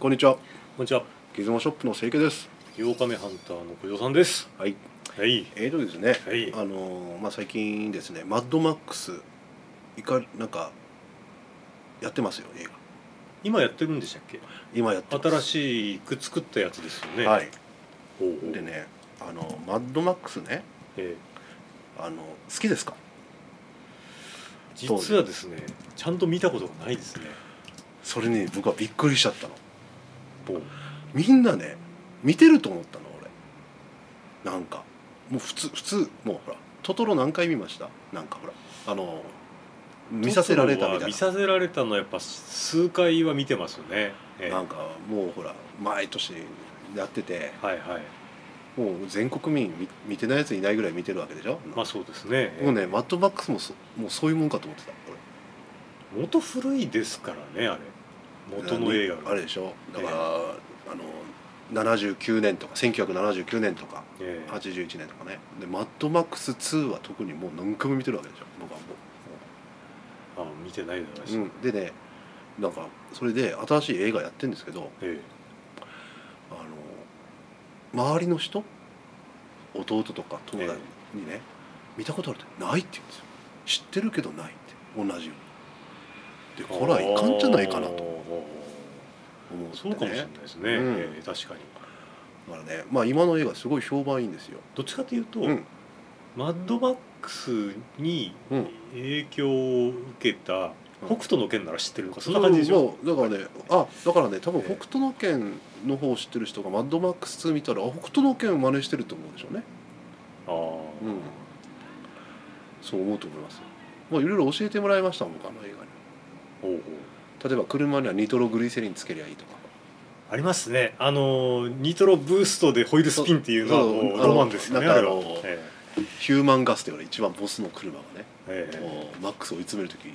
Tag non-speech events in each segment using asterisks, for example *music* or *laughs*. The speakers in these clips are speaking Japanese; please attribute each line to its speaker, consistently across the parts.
Speaker 1: こんにちは
Speaker 2: こんにちは。
Speaker 1: ギズモショップの清家です
Speaker 2: 八日目ハンターの小嬢さんです。
Speaker 1: はい
Speaker 2: はい。
Speaker 1: えーとですね、
Speaker 2: はい
Speaker 1: あのーまあ最近ですねマッドマックスいかなんかやってますよ映画
Speaker 2: 今やってるんでしたっけ。
Speaker 1: 今やってます
Speaker 2: 新しく作ったやつですよね。。
Speaker 1: はいい
Speaker 2: おうおう
Speaker 1: でねあのマッドマックスね
Speaker 2: えー
Speaker 1: あの好きですか
Speaker 2: 実はですね、ちゃんと見たことがないですね。
Speaker 1: それに僕はびっくりしちゃったの
Speaker 2: おう
Speaker 1: みんなね見てると思ったの俺なんかもう普通普通もうほらトトロ何回見ましたなんかほらあの見させられたみ
Speaker 2: トトロ
Speaker 1: た
Speaker 2: はい見させられたのはやっぱ数回は見てますよね。えー
Speaker 1: ななんかもうほら毎年やってて
Speaker 2: はいはい。
Speaker 1: もう全国民見見てないやついないぐらい見てるわけでしょ、
Speaker 2: まあそうですね。
Speaker 1: もうねマッドマックスもそもうそういうもんかと思ってた俺
Speaker 2: 元古いですからねあれ。元の映画が。
Speaker 1: あれでしょだから、あの79年とか1979年とか
Speaker 2: えー
Speaker 1: 81年とかねでマッドマックス2は特にもう何回も見てるわけでしょ僕はも
Speaker 2: あ見てないだろうし。
Speaker 1: う、うん、でねなんかそれで新しい映画やってるんですけど
Speaker 2: え
Speaker 1: あの周りの人弟とか友達にね、見たことあるってないって言うんですよ知ってるけどないって同じようにで
Speaker 2: ー
Speaker 1: これはいかんじゃないかなと
Speaker 2: おうおうおう
Speaker 1: 思って、ね、
Speaker 2: そうかもしれないですね。
Speaker 1: うん
Speaker 2: えー確かに。
Speaker 1: だからねまあ今の映画すごい評判いいんですよ
Speaker 2: どっちかというと、
Speaker 1: うん
Speaker 2: マッドマックスに
Speaker 1: うん
Speaker 2: 影響を受けた
Speaker 1: うん
Speaker 2: 北斗の拳なら知ってるのか、そんな感じでし
Speaker 1: う
Speaker 2: ょ、
Speaker 1: んもうだからねあだからね多分
Speaker 2: え
Speaker 1: 北
Speaker 2: え
Speaker 1: 斗の拳の方を知ってる人がマッドマックス2見たらあ北斗の拳を真似してると思うでしょうね
Speaker 2: ああ、
Speaker 1: うんそう思うと思いますまあいろいろ教えてもらいましたもん僕あの映画に
Speaker 2: ほうほう
Speaker 1: 例えば車にはニトログリセリンつけりゃいいとか
Speaker 2: ありますねあのーニトロブーストでホイールスピンっていうのは
Speaker 1: そう
Speaker 2: も
Speaker 1: そう
Speaker 2: う
Speaker 1: あの
Speaker 2: ロマンですよね
Speaker 1: なん
Speaker 2: あ
Speaker 1: か
Speaker 2: れは
Speaker 1: あの
Speaker 2: え
Speaker 1: ヒューマンガスっていうのは一番ボスの車がね、
Speaker 2: えええ
Speaker 1: もうマックスを追い詰める時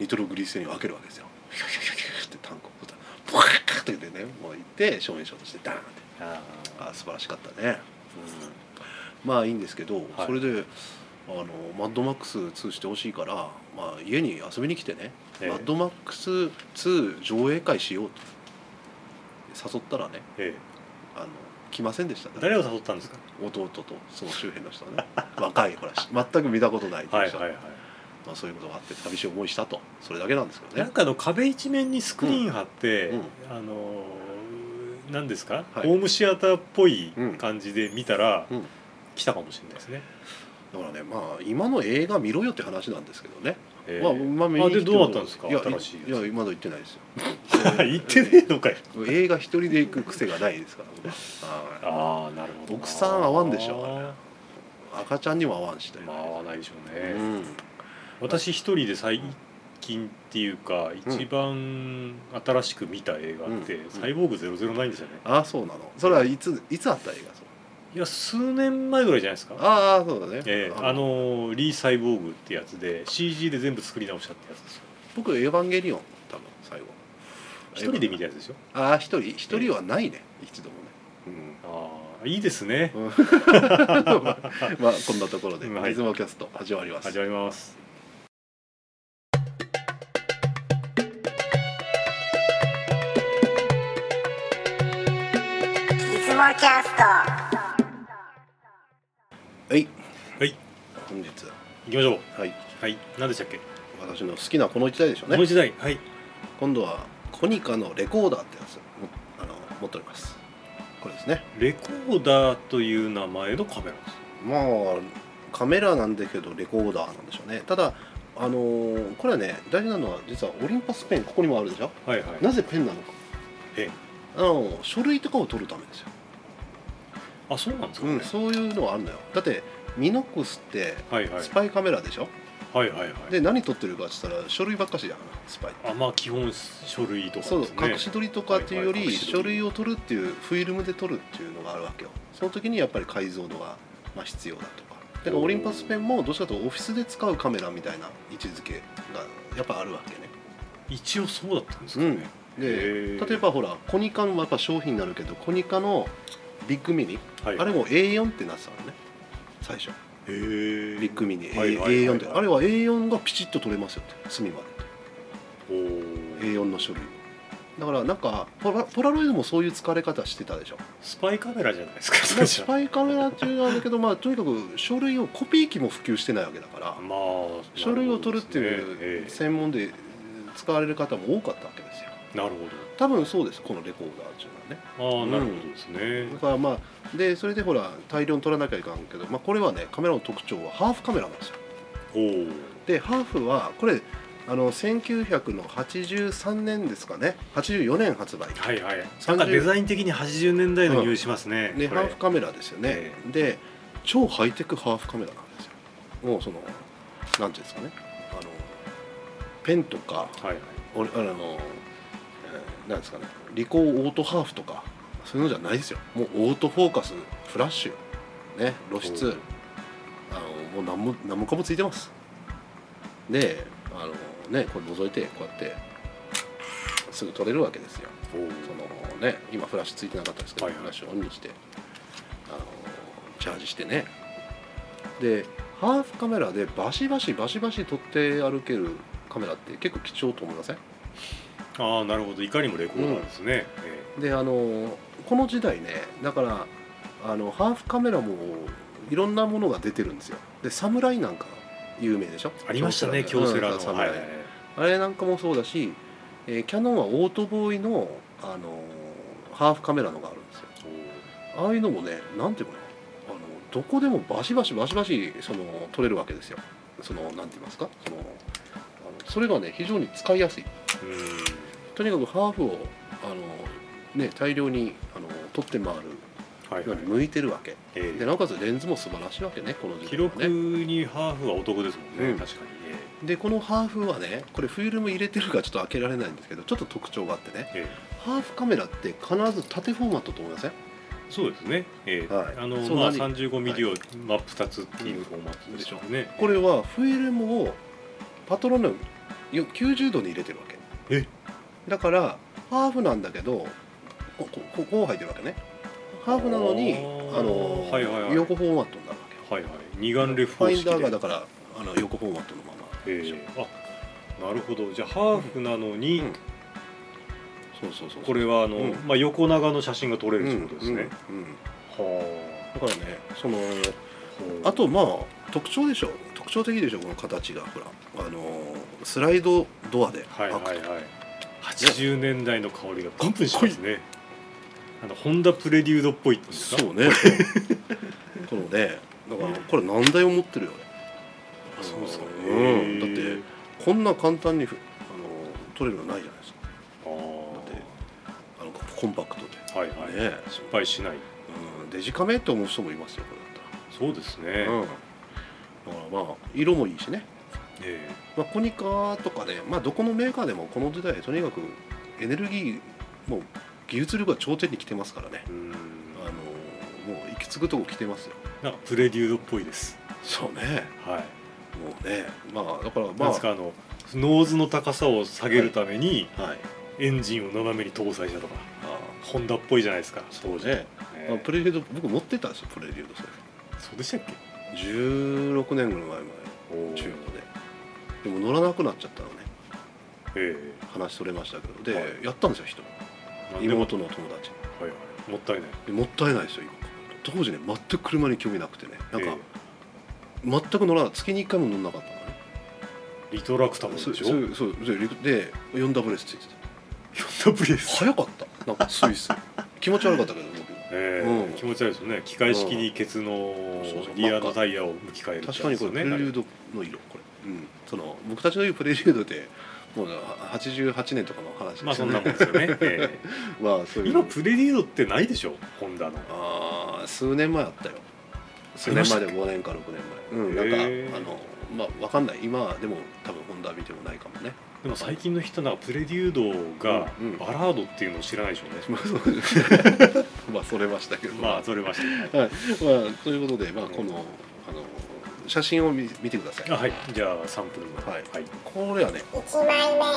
Speaker 1: ニトログリセリンを開けるわけですよヒュヒュヒュヒュヒュってタンクをボタンボカッと言ってねもう行って正面衝突してダーンって
Speaker 2: ああ
Speaker 1: あ素晴らしかったね、うん、まあいいんですけど、
Speaker 2: はい
Speaker 1: それであのマッドマックス2してほしいから、まあ、家に遊びに来てね、
Speaker 2: ええ
Speaker 1: マッドマックス2上映会しようと誘ったらね
Speaker 2: え
Speaker 1: あの来ませんでした
Speaker 2: え
Speaker 1: ね
Speaker 2: 誰を誘ったんですか
Speaker 1: 弟とその周辺の人 *laughs* がね若いほら全く見たことないってい
Speaker 2: は
Speaker 1: う
Speaker 2: い
Speaker 1: 人
Speaker 2: はいはい
Speaker 1: まあ、そういうことがあって寂しい思いしたとそれだけなんですけど
Speaker 2: なん
Speaker 1: ね
Speaker 2: かあの壁一面にスクリーン貼って、
Speaker 1: うん
Speaker 2: あのーなんですか、
Speaker 1: はい
Speaker 2: ホームシアターっぽい感じで見たら、
Speaker 1: うん
Speaker 2: 来たかもしれないですね、
Speaker 1: だからねまあ今の映画見ろよって話なんですけどね、
Speaker 2: ええ
Speaker 1: まあ *laughs* まあ見
Speaker 2: あ
Speaker 1: に来
Speaker 2: で
Speaker 1: て
Speaker 2: どうだったんですか
Speaker 1: いや
Speaker 2: 新しいやつ
Speaker 1: いや今の言ってない
Speaker 2: *laughs*
Speaker 1: ですよ
Speaker 2: 行ってねえのかよ
Speaker 1: 映画一人で行く癖がないですから僕ははい
Speaker 2: ああなるほ
Speaker 1: 奥さん合わんでしょ
Speaker 2: あ
Speaker 1: 赤ちゃんにも合わんしとい
Speaker 2: ー
Speaker 1: う
Speaker 2: まあ合わないでしょうね、
Speaker 1: うん
Speaker 2: 私一人で最近っていうか一番新しく見た映画って
Speaker 1: う
Speaker 2: 「
Speaker 1: ん
Speaker 2: サイボーグ009」でしたね
Speaker 1: ああそうなのそれはいついつあった映画それ
Speaker 2: いや数年前ぐらいじゃないですか
Speaker 1: ああそうだね、
Speaker 2: ええあのリー・サイボーグってやつで CG で全部作り直したってやつですよ
Speaker 1: 僕エヴァンゲリオン多分最後
Speaker 2: 一人で
Speaker 1: て
Speaker 2: 見たやつでしょ
Speaker 1: ああ一人一人はないね、一度もねうん
Speaker 2: ああいいですね
Speaker 1: うんまあこんなところで「
Speaker 2: はい
Speaker 1: リズムキャスト」始まります
Speaker 2: 始まります
Speaker 1: は
Speaker 3: いつもキャスト
Speaker 1: い
Speaker 2: はい
Speaker 1: 本日
Speaker 2: 行きましょう
Speaker 1: はい
Speaker 2: はい何でしたっけ
Speaker 1: 私の好きなこの一台でしょう
Speaker 2: もう
Speaker 1: ね
Speaker 2: 一台はい
Speaker 1: 今度はコニカのレコーダーってやつもあの持っておりますこれですね
Speaker 2: レコーダーという名前のカメラです
Speaker 1: まあカメラなんだけどレコーダーなんでしょうねただあのーこれはね大事なのは実はオリンパスペンここにもあるでしょ
Speaker 2: はいはい
Speaker 1: なぜペンなのか
Speaker 2: ペン
Speaker 1: あの書類とかを取るためですよ、
Speaker 2: あそうなんですか
Speaker 1: う
Speaker 2: ね、
Speaker 1: ん、そういうのはあるのよだってミノックスって
Speaker 2: はいはい
Speaker 1: スパイカメラでしょ、
Speaker 2: はいはいはい
Speaker 1: で何撮ってるかって言ったら書類ばっかしじゃんスパイって
Speaker 2: あまあ基本書類とか
Speaker 1: そう
Speaker 2: ですね
Speaker 1: 隠し撮りとかっていうよ
Speaker 2: はいは
Speaker 1: り
Speaker 2: い隠し撮り
Speaker 1: 書類を撮るっていうフィルムで撮るっていうのがあるわけよその時にやっぱり解像度がまあ必要だとかだからオリンパスペンもどっちかというとオフィスで使うカメラみたいな位置づけがやっぱあるわけね
Speaker 2: 一応そうだったんですかね、
Speaker 1: うんで
Speaker 2: へー
Speaker 1: 例えばほらコニカのやっぱ商品になるけどコニカのビッグミニ
Speaker 2: はい、
Speaker 1: あれも A4 ってなってたのね最初
Speaker 2: へー
Speaker 1: ビッグミニ A-
Speaker 2: はいはいはいは
Speaker 1: A4
Speaker 2: い
Speaker 1: ってあれは A4 がピチッと撮れますよって隅まで
Speaker 2: おー
Speaker 1: A4 の書類だからなんかポラポラロイドもそういう疲れ方してた
Speaker 2: *laughs*
Speaker 1: でしょ
Speaker 2: スパイカメラじゃないですか
Speaker 1: まあスパイカメラっていうのはあるけど、まあ、とにかく書類をコピー機も普及してないわけだから
Speaker 2: まあ
Speaker 1: 書類を取るっていう
Speaker 2: なる
Speaker 1: 専門で使われる方も多かったわけですよ
Speaker 2: ほどですね
Speaker 1: 多分そうですこのレコーダーっていうのはね
Speaker 2: ええああなるほどですね、
Speaker 1: だからまあでそれでほら大量に撮らなきゃいかんけど、まあ、これはねカメラの特徴はハーフカメラなんですよ
Speaker 2: おお
Speaker 1: でハーフはこれあの1983年ですかね84年発売
Speaker 2: はいはいなんかデザイン的に80年代の匂いしますね、
Speaker 1: で
Speaker 2: こ
Speaker 1: ハ
Speaker 2: れ
Speaker 1: ーフカメラですよね
Speaker 2: え、
Speaker 1: で超ハイテクハーフカメラなんですよもうそのなんていうんですかねあのペンとか
Speaker 2: はいはい
Speaker 1: おあの、えーなんですかねリコーオートハーフとかそういうのじゃないですよもうオートフォーカスフラッシュね露出あのもう何も何もかもついてますであのねこれ覗いてこうやってすぐ撮れるわけですよ
Speaker 2: おお
Speaker 1: そのね今フラッシュついてなかったですけど、
Speaker 2: はいはい
Speaker 1: フラッシュオンにしてあのチャージしてねでハーフカメラでバシバシバシバシ撮って歩けるカメラって結構貴重と思いません
Speaker 2: ああなるほどいかにもレコーダーですね、え
Speaker 1: であのこの時代ねだからあのハーフカメラもいろんなものが出てるんですよで侍なんか有名でしょ
Speaker 2: えありましたね京セラ
Speaker 1: うん
Speaker 2: の、は
Speaker 1: 侍
Speaker 2: いはいはい
Speaker 1: あれなんかもそうだし、えーキャノンはオートボーイの、あのハーフカメラのがあるんですよ
Speaker 2: おー
Speaker 1: ああいうのもねなんていうかなあのどこでもバシバシバシバシその撮れるわけですよそのなんて言いますかそのあのそれがね非常に使いやすい
Speaker 2: うん
Speaker 1: とにかくハーフをあの、ね、大量にあの撮って回る
Speaker 2: はい
Speaker 1: よ
Speaker 2: は
Speaker 1: う
Speaker 2: い
Speaker 1: に向いてるわけ
Speaker 2: ええ
Speaker 1: でなおかつレンズも素晴らしいわけねこの時
Speaker 2: 記
Speaker 1: 代は
Speaker 2: 録
Speaker 1: ね
Speaker 2: にハーフは男ですもんね、
Speaker 1: うん
Speaker 2: 確かにね
Speaker 1: でこのハーフはねこれフィルム入れてるかちょっと開けられないんですけどちょっと特徴があってね
Speaker 2: ええ
Speaker 1: ハーフカメラって必ず縦フォーマットと思いません
Speaker 2: そうですね、ええ
Speaker 1: はい
Speaker 2: あの
Speaker 1: そん
Speaker 2: ま
Speaker 1: な
Speaker 2: あ
Speaker 1: に
Speaker 2: 35ミリをマップ2つっていうフォーマットですよね、
Speaker 1: これはフィルムをパトロンのよ90度に入れてるわけ
Speaker 2: え
Speaker 1: だからハーフなんだけどここここう入ってるわけねハーフなのに
Speaker 2: あ
Speaker 1: あ
Speaker 2: ー
Speaker 1: の、
Speaker 2: はいはいはい
Speaker 1: 横フォーマットになるわけよ
Speaker 2: はいはい二眼レフ
Speaker 1: フ
Speaker 2: 方
Speaker 1: ァイ
Speaker 2: 式
Speaker 1: ン
Speaker 2: で
Speaker 1: ダーがだからあの横フォーマットのまま
Speaker 2: ええあなるほどじゃあハーフなのに、
Speaker 1: うんそうそうそう
Speaker 2: これはあの、
Speaker 1: うん
Speaker 2: まあ、横長の写真が撮れるってことですね、
Speaker 1: うんうんうん
Speaker 2: は
Speaker 1: だからねその
Speaker 2: あ
Speaker 1: あとまあ特徴でしょ特徴的でしょこの形がほらあのスライドドアで
Speaker 2: はいはい
Speaker 1: 開
Speaker 2: はい
Speaker 1: くと
Speaker 2: 80年代の香りがプンプンしますねあのホンダプレデュードっぽいっていうんですか
Speaker 1: そうね
Speaker 2: *laughs*
Speaker 1: このねだからこれ何台を持ってるよね
Speaker 2: あそうですかね、
Speaker 1: うん
Speaker 2: へ
Speaker 1: だっ
Speaker 2: ー
Speaker 1: てこんな簡単にふあの取れるのないじゃないですか
Speaker 2: あー
Speaker 1: あのコンパクトで、
Speaker 2: はいはい、
Speaker 1: ね
Speaker 2: 失敗しない
Speaker 1: うん、デジカメって思う人もいますよこれ
Speaker 2: そうですね、
Speaker 1: だったら、うん、だからまあ色もいいしね、
Speaker 2: え
Speaker 1: まあ、コニカとかね、まあ、どこのメーカーでもこの時代とにかくエネルギーもう技術力が頂点に来てますからね
Speaker 2: えうん
Speaker 1: あのもう行き着くとこ来てますよ
Speaker 2: なんかプレデュードっぽいです
Speaker 1: そうね
Speaker 2: はい、
Speaker 1: もうねまあだから
Speaker 2: なん
Speaker 1: ま
Speaker 2: ですかあのノーズの高さを下げるために
Speaker 1: あはい
Speaker 2: エンジンを斜めに搭載したとか
Speaker 1: あ
Speaker 2: ホンダっぽいじゃないですか
Speaker 1: そうね、
Speaker 2: ええ
Speaker 1: あプレリュード僕持ってたんですよプレリュードそれ
Speaker 2: そうでしたっけ
Speaker 1: 16年ぐらい前まで中古ででも乗らなくなっちゃったのね
Speaker 2: え
Speaker 1: 話それましたけどで、
Speaker 2: はい
Speaker 1: やったんですよ人
Speaker 2: えなんでも
Speaker 1: 妹の友達
Speaker 2: はいはいもったいない
Speaker 1: でもったいないですよ今当時ね全く車に興味なくてねなんか
Speaker 2: え、
Speaker 1: 全く乗らな月に1回も乗んなかったのね
Speaker 2: えリトラクタブル
Speaker 1: そう
Speaker 2: でしょ
Speaker 1: そうそうでリで 4WS ついてた
Speaker 2: ヨンダブレス、
Speaker 1: 早かったなんかスイス *laughs* 気持ち悪かったけど僕
Speaker 2: ええ
Speaker 1: うん
Speaker 2: 気持ち悪いですよね機械式にケツの
Speaker 1: そうそう
Speaker 2: リアのタイヤを向き替えるって
Speaker 1: 確か
Speaker 2: やつで
Speaker 1: に
Speaker 2: す
Speaker 1: これ
Speaker 2: よ
Speaker 1: プ
Speaker 2: ね
Speaker 1: レリュードの色これ、うん、その僕たちの言うプレリュードってもう88年とかの話ですよね
Speaker 2: まあそんなもんですよ
Speaker 1: *laughs*
Speaker 2: ね、ええ
Speaker 1: まあそういう
Speaker 2: 今プレデュードってないでしょホンダの
Speaker 1: あー数年前あったよ数年前で5年か6年前うん
Speaker 2: へ
Speaker 1: な
Speaker 2: ー
Speaker 1: んかあのまあ分かんない今はでも多分ホンダ見てもないかもね
Speaker 2: でも最近の人なんかプレデュードが
Speaker 1: うんうん
Speaker 2: バラードっていうのを知らないでしょうね、
Speaker 1: まあそう
Speaker 2: *laughs*
Speaker 1: まあそれましたけど
Speaker 2: まあ
Speaker 1: ま
Speaker 2: それました
Speaker 1: あ、ということで、まあ、このあの写真を見見てください
Speaker 2: あはいじゃあサンプルの
Speaker 1: はい
Speaker 2: はい、
Speaker 1: これはね
Speaker 3: 1枚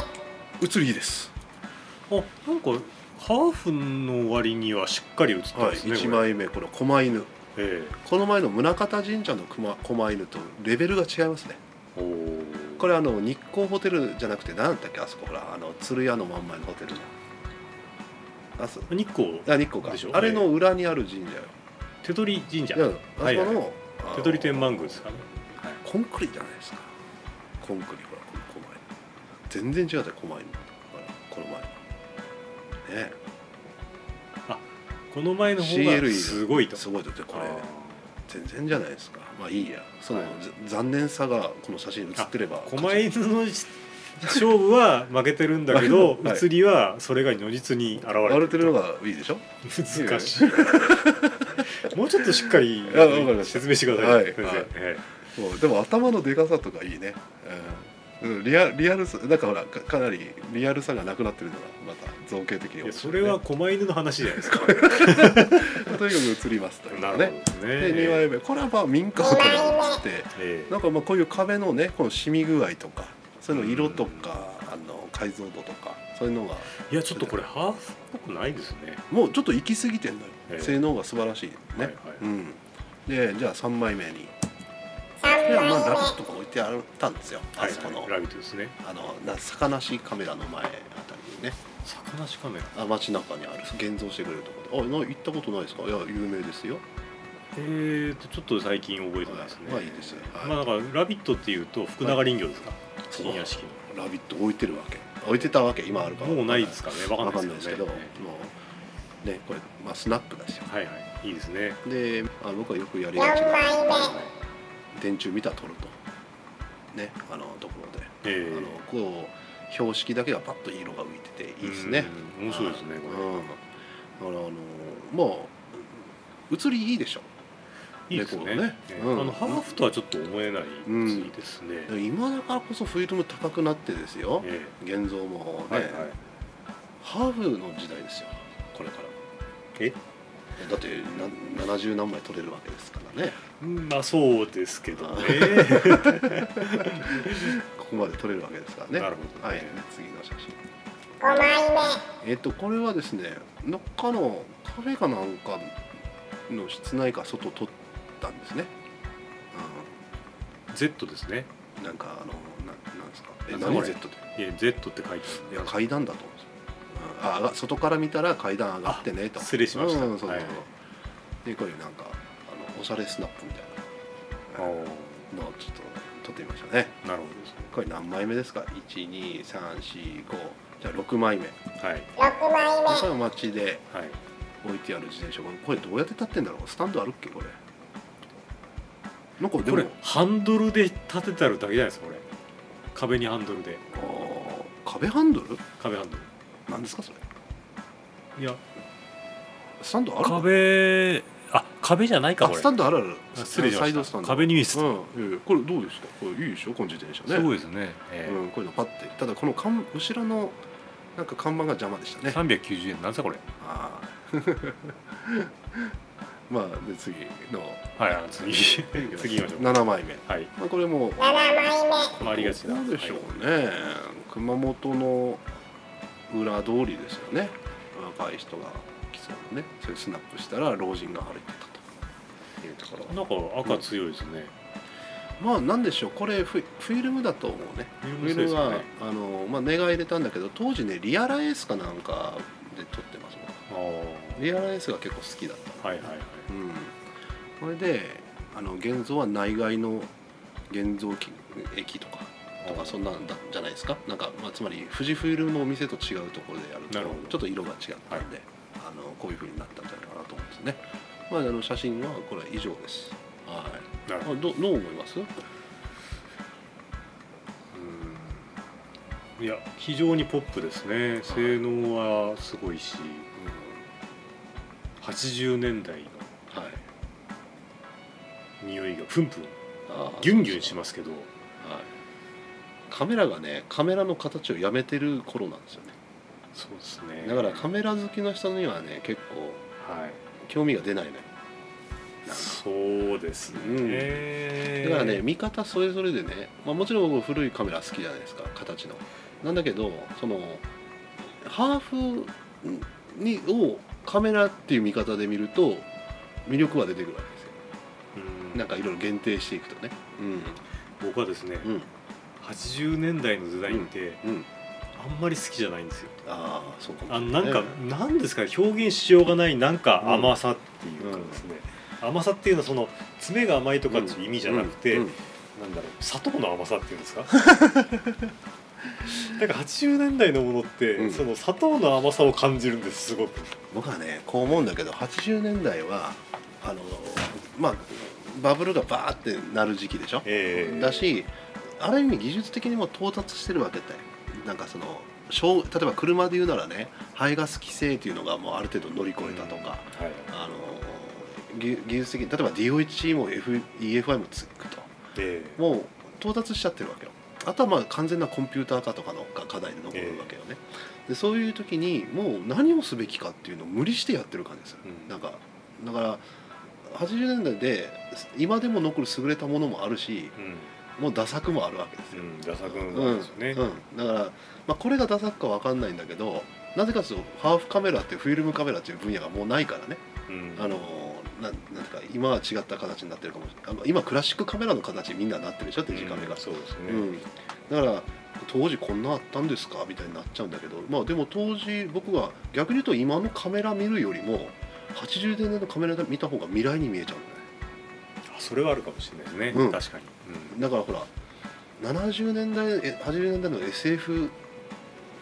Speaker 3: 目
Speaker 1: 写りです、
Speaker 2: あなんかハーフの割にはしっかり写って
Speaker 1: は
Speaker 2: ま
Speaker 1: い、
Speaker 2: すね、
Speaker 1: 1
Speaker 2: これ
Speaker 1: 枚目これ狛犬
Speaker 2: え
Speaker 1: この前の宗像神社の熊狛犬とレベルが違いますね
Speaker 2: えお
Speaker 1: こ
Speaker 2: れ
Speaker 1: れあの日光ホテルじゃなくて何だったっけあそこほらあの鶴屋の真ん前のホテルのあそう
Speaker 2: 日光
Speaker 1: あ日光か
Speaker 2: でしょ
Speaker 1: あれの裏にある神社よ
Speaker 2: 手取神社
Speaker 1: いやあ
Speaker 2: はい
Speaker 1: そ
Speaker 2: は
Speaker 1: こ
Speaker 2: い
Speaker 1: のあの
Speaker 2: 手取天満宮ですかね
Speaker 1: コンクリじゃないですかコンクリほらここの前全然違うじゃんこの前のあれこの前のね
Speaker 2: この前の方が
Speaker 1: CLE
Speaker 2: すごいと
Speaker 1: すごいだってこれ
Speaker 2: あ
Speaker 1: 全然じゃないですかまあいいやその、
Speaker 2: はい
Speaker 1: ざ残念さがこの写真に写ってれば
Speaker 2: ー狛犬のし勝負は負けてるんだけど、
Speaker 1: はい
Speaker 2: 移りはそれが如実に現
Speaker 1: 割
Speaker 2: れ
Speaker 1: れ
Speaker 2: て
Speaker 1: て
Speaker 2: る
Speaker 1: るのがいいでしょ
Speaker 2: 難しい *laughs* もうちょっとしっかり
Speaker 1: やわかりました
Speaker 2: 説明してください、
Speaker 1: はい
Speaker 2: 先生、
Speaker 1: はい
Speaker 2: え
Speaker 1: そうでも頭のでかさとかいいね、うんうん、リアリアルさだからほらかかなりリアルさがなくなってるのがまた造形的
Speaker 2: え
Speaker 1: に
Speaker 2: い
Speaker 1: 面
Speaker 2: やそ
Speaker 1: 白い
Speaker 2: れ
Speaker 1: ね、
Speaker 2: は狛犬の話じゃないですか
Speaker 1: まあとにかく映りますという
Speaker 2: なるほど
Speaker 1: ね
Speaker 2: ですね
Speaker 1: で2枚目これはまあ民家とか映って
Speaker 2: え
Speaker 1: なんかまあこういう壁のねこの染み具合とかそういうの色とか、あの解像度とかそういうのが
Speaker 2: えいやちょっとこれハーフっぽくないですね
Speaker 1: もうちょっと行き過ぎてんだよ、
Speaker 2: ええ
Speaker 1: 性能が素晴らしいね、
Speaker 2: はいはい
Speaker 1: うんでじゃあ3枚目に
Speaker 3: 三
Speaker 1: では
Speaker 3: 枚
Speaker 1: まあラビ
Speaker 3: 目
Speaker 1: ットが置いてあったんですよ、
Speaker 2: はい
Speaker 1: あそこの、
Speaker 2: はいラビットですね
Speaker 1: あのな坂梨カメラの前あたりにね
Speaker 2: 魚なしカメラ
Speaker 1: あ街中にある現像してくれるところで「あな行ったことないですかいや有名ですよ
Speaker 2: えーとちょっと最近覚えてないですね、
Speaker 1: まあいいですよ、はい
Speaker 2: まあだからラビットっていうと福永林業ですか、
Speaker 1: そう
Speaker 2: 深夜式
Speaker 1: ラビット置いてるわけ置いてたわけ今あるか
Speaker 2: の
Speaker 1: ら
Speaker 2: もうないですかねわか
Speaker 1: わ
Speaker 2: んな
Speaker 1: か
Speaker 2: い
Speaker 1: ん
Speaker 2: で
Speaker 1: ないですす
Speaker 2: け
Speaker 1: け
Speaker 2: ど
Speaker 1: ど
Speaker 2: ね
Speaker 1: もうねこれ、まあ、スナックですよ
Speaker 2: はいはいいいですね
Speaker 1: であ僕はよくやり
Speaker 3: 四
Speaker 1: がちな
Speaker 3: 枚目
Speaker 1: 電柱見たら撮るとねあのところで、
Speaker 2: えー
Speaker 1: あのこう標識だけがパッと色が浮いてていいですね
Speaker 2: うん面白いですねこれ、
Speaker 1: れうんだからあのまあ写りいいでしょ
Speaker 2: いいですね
Speaker 1: レコードね
Speaker 2: ええ
Speaker 1: うん
Speaker 2: あのハーフとはちょっと思えない
Speaker 1: うん
Speaker 2: 次ですね、え
Speaker 1: 今だからこそフィルム高くなってですよ
Speaker 2: え
Speaker 1: 現像もね、
Speaker 2: はいはい
Speaker 1: ハーフの時代ですよこれから
Speaker 2: え
Speaker 1: だってな70何枚撮れるわけですからね
Speaker 2: うんまあそうですけどね
Speaker 1: ここまで撮れるわけですからね
Speaker 2: なるほど
Speaker 1: はい
Speaker 2: ね
Speaker 1: 次の写真
Speaker 3: 五枚目
Speaker 1: えっとこれはですねどっかのカフェかなんかの室内か外を撮ったんですね、
Speaker 2: Z ですね
Speaker 1: うん、なんかあのななんですかえ
Speaker 2: なんだこれ
Speaker 1: 何 Z って
Speaker 2: いや Z って書いて
Speaker 1: い
Speaker 2: あ
Speaker 1: や
Speaker 2: る
Speaker 1: 階段だと思うんですよ、うんあが外から見たら階段上がってねと
Speaker 2: 失礼しました
Speaker 1: うんそうそうそう、
Speaker 2: はい
Speaker 1: でこういうなんかあのおしゃれスナップみたい
Speaker 2: あ
Speaker 1: な
Speaker 2: あ
Speaker 1: うんのをちょっと撮ってみましたね
Speaker 2: なるほどです
Speaker 1: これ何枚目ですか12345じゃあ6枚目こ
Speaker 2: ねはい
Speaker 3: 六枚目
Speaker 1: れは街で
Speaker 2: はい
Speaker 1: 置いてある自転車これこれどうやって立ってんだろうスタンドあるっけこれなんかで
Speaker 2: こ
Speaker 1: も
Speaker 2: れハンドルで立ててあるだけじゃないですかこれ壁にハンドルで
Speaker 1: あー壁ハンドル
Speaker 2: 壁ハンド
Speaker 1: なんですかそれ
Speaker 2: ルいや
Speaker 1: スタンドある
Speaker 2: 壁あ壁じゃないかこ
Speaker 1: あ
Speaker 2: れ
Speaker 1: スタンドあるある
Speaker 2: あ失礼しま
Speaker 1: サイ
Speaker 2: し
Speaker 1: ドスタ
Speaker 2: た
Speaker 1: ンド
Speaker 2: 壁に見せてた、
Speaker 1: うんええこれどうですかこれいいでしょこの自転車ね
Speaker 2: すごいですね、え
Speaker 1: うん、こういうのパッてただこのかん後ろのなんか看板が邪魔でした
Speaker 2: え
Speaker 1: ね
Speaker 2: 390円なんですかこれ
Speaker 1: ああ *laughs* まあで次の
Speaker 2: はいあ次次行きましょう
Speaker 1: 7枚目、
Speaker 2: はい
Speaker 1: まあ、これも
Speaker 3: 七枚目
Speaker 2: 回りがちな
Speaker 1: どうでしょうね、熊本の裏通りですよね若い人が来そうなねそれスナップしたら老人が歩いてたというところ
Speaker 2: なんか赤強いですね、
Speaker 1: まあなんでしょうこれフィフィルムだと思うね
Speaker 2: フィル
Speaker 1: フ
Speaker 2: ム
Speaker 1: ィル
Speaker 2: そうです
Speaker 1: ム
Speaker 2: よ
Speaker 1: は、
Speaker 2: ね
Speaker 1: あのまあ値が入れたんだけど当時ねリアラエースかなんかで撮ってますもん
Speaker 2: あー
Speaker 1: リアラエースが結構好きだった
Speaker 2: はいはいはい
Speaker 1: のうんこれであの現像は内外の現像機駅とかとかそんなんだじゃないですかなんか、まあ、つまり富士フイルムのお店と違うところでやると
Speaker 2: なるほど
Speaker 1: ちょっと色が違ったんで、あのこういうふうになったんじゃないかなと思うんですね、まあ、あの写真はこれは以上ですはい
Speaker 2: なるほど
Speaker 1: あどどう思います
Speaker 2: いや非常にポップですね性能はすごいし80年代
Speaker 1: はい
Speaker 2: の匂いがプンプン
Speaker 1: あー
Speaker 2: ギュンギュンしますけど
Speaker 1: はい、カメラがねカメラの形をやめてる頃なんですよね
Speaker 2: そうですね
Speaker 1: だからカ
Speaker 2: は
Speaker 1: メラ好きの人にはね結構
Speaker 2: い
Speaker 1: 興味が出ないね
Speaker 2: そうですね
Speaker 1: だからね見方それぞれでね、まあ、もちろん僕古いカメラ好きじゃないですか形のなんだけどそのハーフにをカメラっていう見方で見ると魅力は出てくるわけですよ
Speaker 2: うん
Speaker 1: なんかいろいろ限定していくとねうん
Speaker 2: 僕はですね
Speaker 1: うん
Speaker 2: 80年代のデザインって
Speaker 1: うん
Speaker 2: あんまり好きじゃないんですよ
Speaker 1: ああそうかも
Speaker 2: あ
Speaker 1: し
Speaker 2: の
Speaker 1: れ
Speaker 2: なんか、
Speaker 1: ね
Speaker 2: なんですかね表現しようがないなんか甘さっていうかですね、甘さっていうのはその爪が甘いとかっていう意味じゃなくて、
Speaker 1: うんうん
Speaker 2: なんだろう砂糖の甘さっていうんですか *laughs* なんか80年代のものって、
Speaker 1: うん
Speaker 2: その砂糖の甘さを感じるんですすごく
Speaker 1: 僕はねこう思うんだけど80年代はあのまあバブルがバーってなる時期でしょ、
Speaker 2: ええ
Speaker 1: だしある意味技術的にも到達してるわけだよなんかその小例えば車で言うならね排ガス規制っていうのがもうある程度乗り越えたとか、
Speaker 2: はい
Speaker 1: あの技技術的に例えば DOH も F EFI もつくと
Speaker 2: ええ
Speaker 1: もう到達しちゃってるわけよあとはまあ完全なコンピューター化とかの課題で残るわけよね、でそういう時にもう何をすべきかっていうのを無理してやってる感じですよ、
Speaker 2: うん
Speaker 1: なんかだから80年代で今でも残る優れたものもあるし
Speaker 2: うん
Speaker 1: もうダ作もあるわけです
Speaker 2: う
Speaker 1: よ、
Speaker 2: んダサくなんですよね、
Speaker 1: うんだから、まあ、これがダ作かわかんないんだけどなぜかというとハーフカメラってフィルムカメラっていう分野がもうないからね
Speaker 2: うん
Speaker 1: あのなんなんていうか今は違った形になってるかもしれないあの今クラシックカメラの形にみんななってるでしょデジカメが
Speaker 2: うん、そうですね、
Speaker 1: うん、だから当時こんなあったんですかみたいになっちゃうんだけど、まあ、でも当時僕は逆に言うと今のカメラ見るよりも80年代のカメラ見た方が未来に見えちゃうんだよね
Speaker 2: あそれはあるかもしれないですね、
Speaker 1: うん
Speaker 2: 確かに、
Speaker 1: だからほら70年代え80年代の SF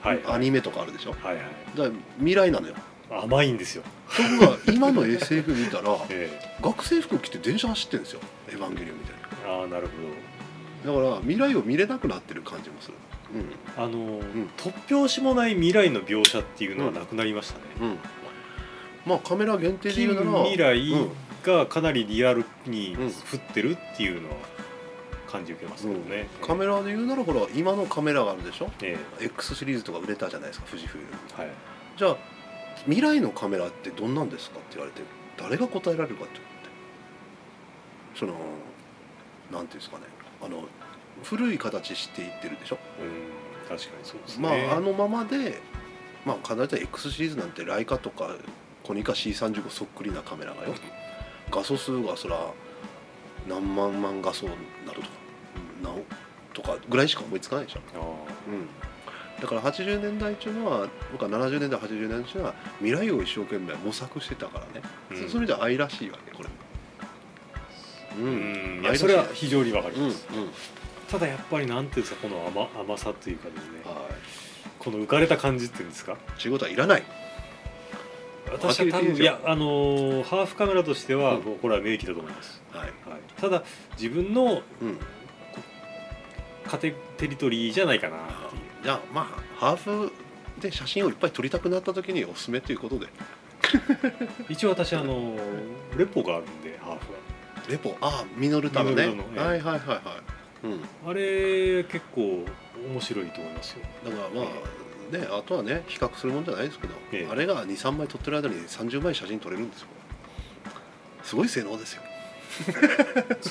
Speaker 2: はい、
Speaker 1: アニメとかあるでしょ、
Speaker 2: はいはい
Speaker 1: だから未来なのよ
Speaker 2: 甘いんですよ、
Speaker 1: ところが今の SF 見たら
Speaker 2: え
Speaker 1: 学生服着て電車走ってるんですよ「エヴァンゲリオン」みたいな。
Speaker 2: えああなるほ
Speaker 1: だから未来を見れなくなってる感じもする。
Speaker 2: どあの、
Speaker 1: ん
Speaker 2: 突拍子もない未来の描写っていうのはなくなりましたね、
Speaker 1: うん。うん。まあカメラ限定で
Speaker 2: 近
Speaker 1: 言うなら、
Speaker 2: 未来
Speaker 1: うん
Speaker 2: がかなりリアルに
Speaker 1: うん
Speaker 2: 降ってるっていうのは感じ受けますけどね、
Speaker 1: カメラで言うならほら今のカメラがあるでしょ。
Speaker 2: え
Speaker 1: X シリーズとか売れたじゃないですか富士フイルム。
Speaker 2: えはい
Speaker 1: じゃあ未来のカメラってどんなんですかって言われて誰が答えられるかって思って。そのなんていうんですかね。あの古い形していってるでしょ。
Speaker 2: うん確かにそうですね
Speaker 1: まああのままで、まあ、必ず X シリーズなんてライカとかコニカ C35 そっくりなカメラがよ画素数がそら何万万画素になるとか何億とかぐらいしか思いつかないでしょ、
Speaker 2: あ
Speaker 1: うん、だから80年代っていうのは僕は70年代80年代っていうのは未来を一生懸命模索してたからね、
Speaker 2: ー
Speaker 1: そそういう意味では愛らしいわけこれう
Speaker 2: うん
Speaker 1: うん
Speaker 2: んいやそれは非常にわかり
Speaker 1: うん
Speaker 2: ます、ただやっぱりなんていうんですかこの甘甘さというかですね
Speaker 1: はい
Speaker 2: この浮かれた感じっていうんですか
Speaker 1: 仕事はいらない
Speaker 2: 私は
Speaker 1: は
Speaker 2: 多
Speaker 1: っきり言
Speaker 2: 分
Speaker 1: っ
Speaker 2: い
Speaker 1: ていいですよ
Speaker 2: やあのーハーフカメラとしては、
Speaker 1: うん
Speaker 2: もうこれは名機だと思います、
Speaker 1: はい
Speaker 2: はい、ただ自分の
Speaker 1: うん
Speaker 2: カテテリトリーじゃないかなっていう
Speaker 1: じゃあまあハーフで写真をいっぱい撮りたくなった時におすすめということで
Speaker 2: 一応私あのレポがあるんでハーフ
Speaker 1: レポああミノルタのね
Speaker 2: ミノルタの
Speaker 1: は
Speaker 2: え
Speaker 1: いはいはいはい、うん、だ
Speaker 2: はあれ結構面白いと思いますよ
Speaker 1: からまあねあとはね比較するもんじゃないですけど、
Speaker 2: ええ
Speaker 1: あれが23枚撮ってる間に30枚写真撮れるんですよすごい性能ですよ
Speaker 2: そうい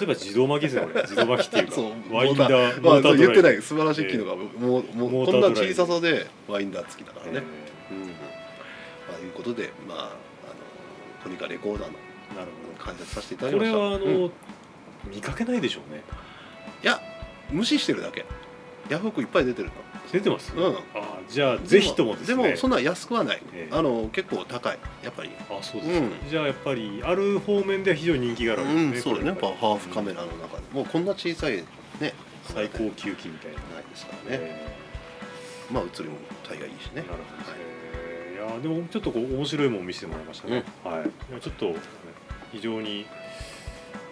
Speaker 2: えば自動巻きですよこれ自動巻きっていうか
Speaker 1: そう
Speaker 2: ワインダー
Speaker 1: まあそう言ってないい素晴らしい機能が、もうもう
Speaker 2: モータ
Speaker 1: こん
Speaker 2: ー
Speaker 1: な
Speaker 2: ドライブ
Speaker 1: 小ささでワインダー付きだからね、
Speaker 2: え
Speaker 1: うんまあ、いうことでまああのコニカレコーダーの
Speaker 2: ーなる
Speaker 1: 解説させていた
Speaker 2: ほ
Speaker 1: だ
Speaker 2: ど
Speaker 1: きまし
Speaker 2: これ
Speaker 1: た
Speaker 2: はあの、
Speaker 1: うん
Speaker 2: 見かけないでしょうね
Speaker 1: いや無視してるだけヤフオクいっぱい出てる
Speaker 2: 出てます、
Speaker 1: うん
Speaker 2: あーじゃあぜひともですね
Speaker 1: でもそんな安くはない、
Speaker 2: ええ
Speaker 1: あの結構高いやっぱり
Speaker 2: あそうですか、
Speaker 1: う
Speaker 2: じゃあやっぱりある方面では非常に人気があるわけ
Speaker 1: うんそうだねやっぱ
Speaker 2: これ
Speaker 1: ハーフカメラの中で、もうこんな小さいね
Speaker 2: 最高級機みたいなね、
Speaker 1: ないですからね、
Speaker 2: え
Speaker 1: まあ映りも大概いいし
Speaker 2: ー
Speaker 1: ね
Speaker 2: なるほどですね、いやーでもちょっとこう面白いもん見せてもらいましたね、はいいやちょっと非常に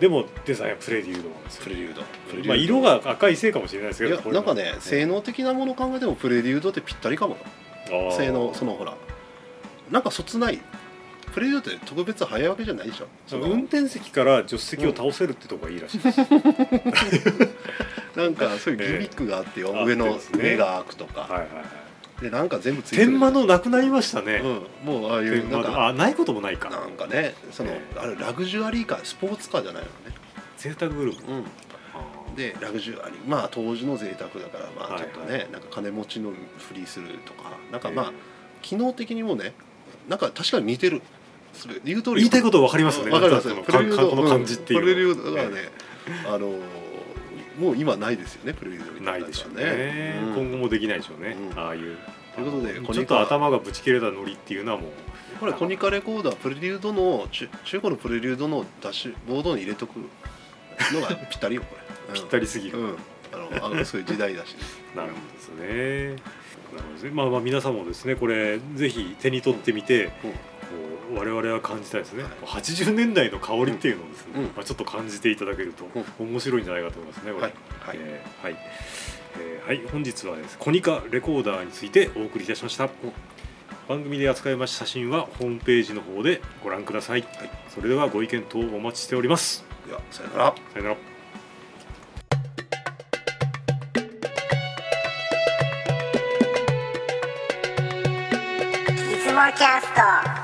Speaker 2: でもデザインはプレデュードなんですよ
Speaker 1: プレリュードプレリュード
Speaker 2: まあ色が赤いせいかもしれないですけ
Speaker 1: い
Speaker 2: ど
Speaker 1: やなんかね性
Speaker 2: 能
Speaker 1: 能的なもの考えてもプレリュードってぴったりかもな性能そのほらなんかそつないプレリュードって特別早いわけじゃないでしょその
Speaker 2: 運転席から助手席を倒せるってとこがいいらしいです、
Speaker 1: なんかそういうギミックがあってよ、
Speaker 2: ええ
Speaker 1: 上
Speaker 2: あって
Speaker 1: の
Speaker 2: ですね
Speaker 1: 目が開くとか、
Speaker 2: はいはいはい
Speaker 1: でなんか全部ついてる
Speaker 2: 天魔のなくなりましたね、
Speaker 1: うん、もうああい
Speaker 2: 天
Speaker 1: うな
Speaker 2: 魔
Speaker 1: ん
Speaker 2: の
Speaker 1: か
Speaker 2: あないこともないか
Speaker 1: なんかねその、
Speaker 2: ええ
Speaker 1: あれラグジュアリーカースポーツカーじゃないの
Speaker 2: 贅沢グループ
Speaker 1: ね、うん、でラグジュアリーまあ当時の贅沢だからまあ
Speaker 2: はい
Speaker 1: ちょ
Speaker 2: はい
Speaker 1: っとね、なんか金持ちのふりするとかなんかまあ、機能的にもねなんか確かに似てるそれ言う通り
Speaker 2: 言いたいこと分かりますね。
Speaker 1: わかります
Speaker 2: この
Speaker 1: プレリュード
Speaker 2: この感じっていうの。
Speaker 1: んプレリュードだからね、あのもう今ないですよねプレミアムみた
Speaker 2: ない
Speaker 1: いなや
Speaker 2: で
Speaker 1: つ
Speaker 2: しょ
Speaker 1: は
Speaker 2: う
Speaker 1: ね
Speaker 2: ね、
Speaker 1: うん
Speaker 2: 今後もできないでしょうね、
Speaker 1: うん
Speaker 2: ああいう
Speaker 1: ということで
Speaker 2: あ
Speaker 1: コニ
Speaker 2: の
Speaker 1: カ
Speaker 2: ちょっと頭がぶち切れたノリっていうのはもう
Speaker 1: これコニカレコーダープレリュードの中中古のプレリュードのダッシュボードに入れとくのがぴったりよこれ、
Speaker 2: *laughs* ぴったりすぎる、
Speaker 1: うんあのあのそういう時代だし、
Speaker 2: *laughs* なるほどですねなるほどですねまあまあ皆さんもですねこれぜひ手に取ってみて
Speaker 1: うん
Speaker 2: こう我々は感じたいですね
Speaker 1: はい
Speaker 2: 80年代の香りっていうのをですね、
Speaker 1: うん
Speaker 2: まあ、ちょっと感じていただけると面白いんじゃないかと思いますねこれ、
Speaker 1: はいはい、
Speaker 2: えーはいえーはい本日はですコニカレコーダーについてお送りいたしました番組で扱いました写真はホームページの方でご覧ください、
Speaker 1: はい
Speaker 2: それではご意見等お待ちしております
Speaker 1: ではさよなら
Speaker 2: さよなら
Speaker 3: いつもキャスト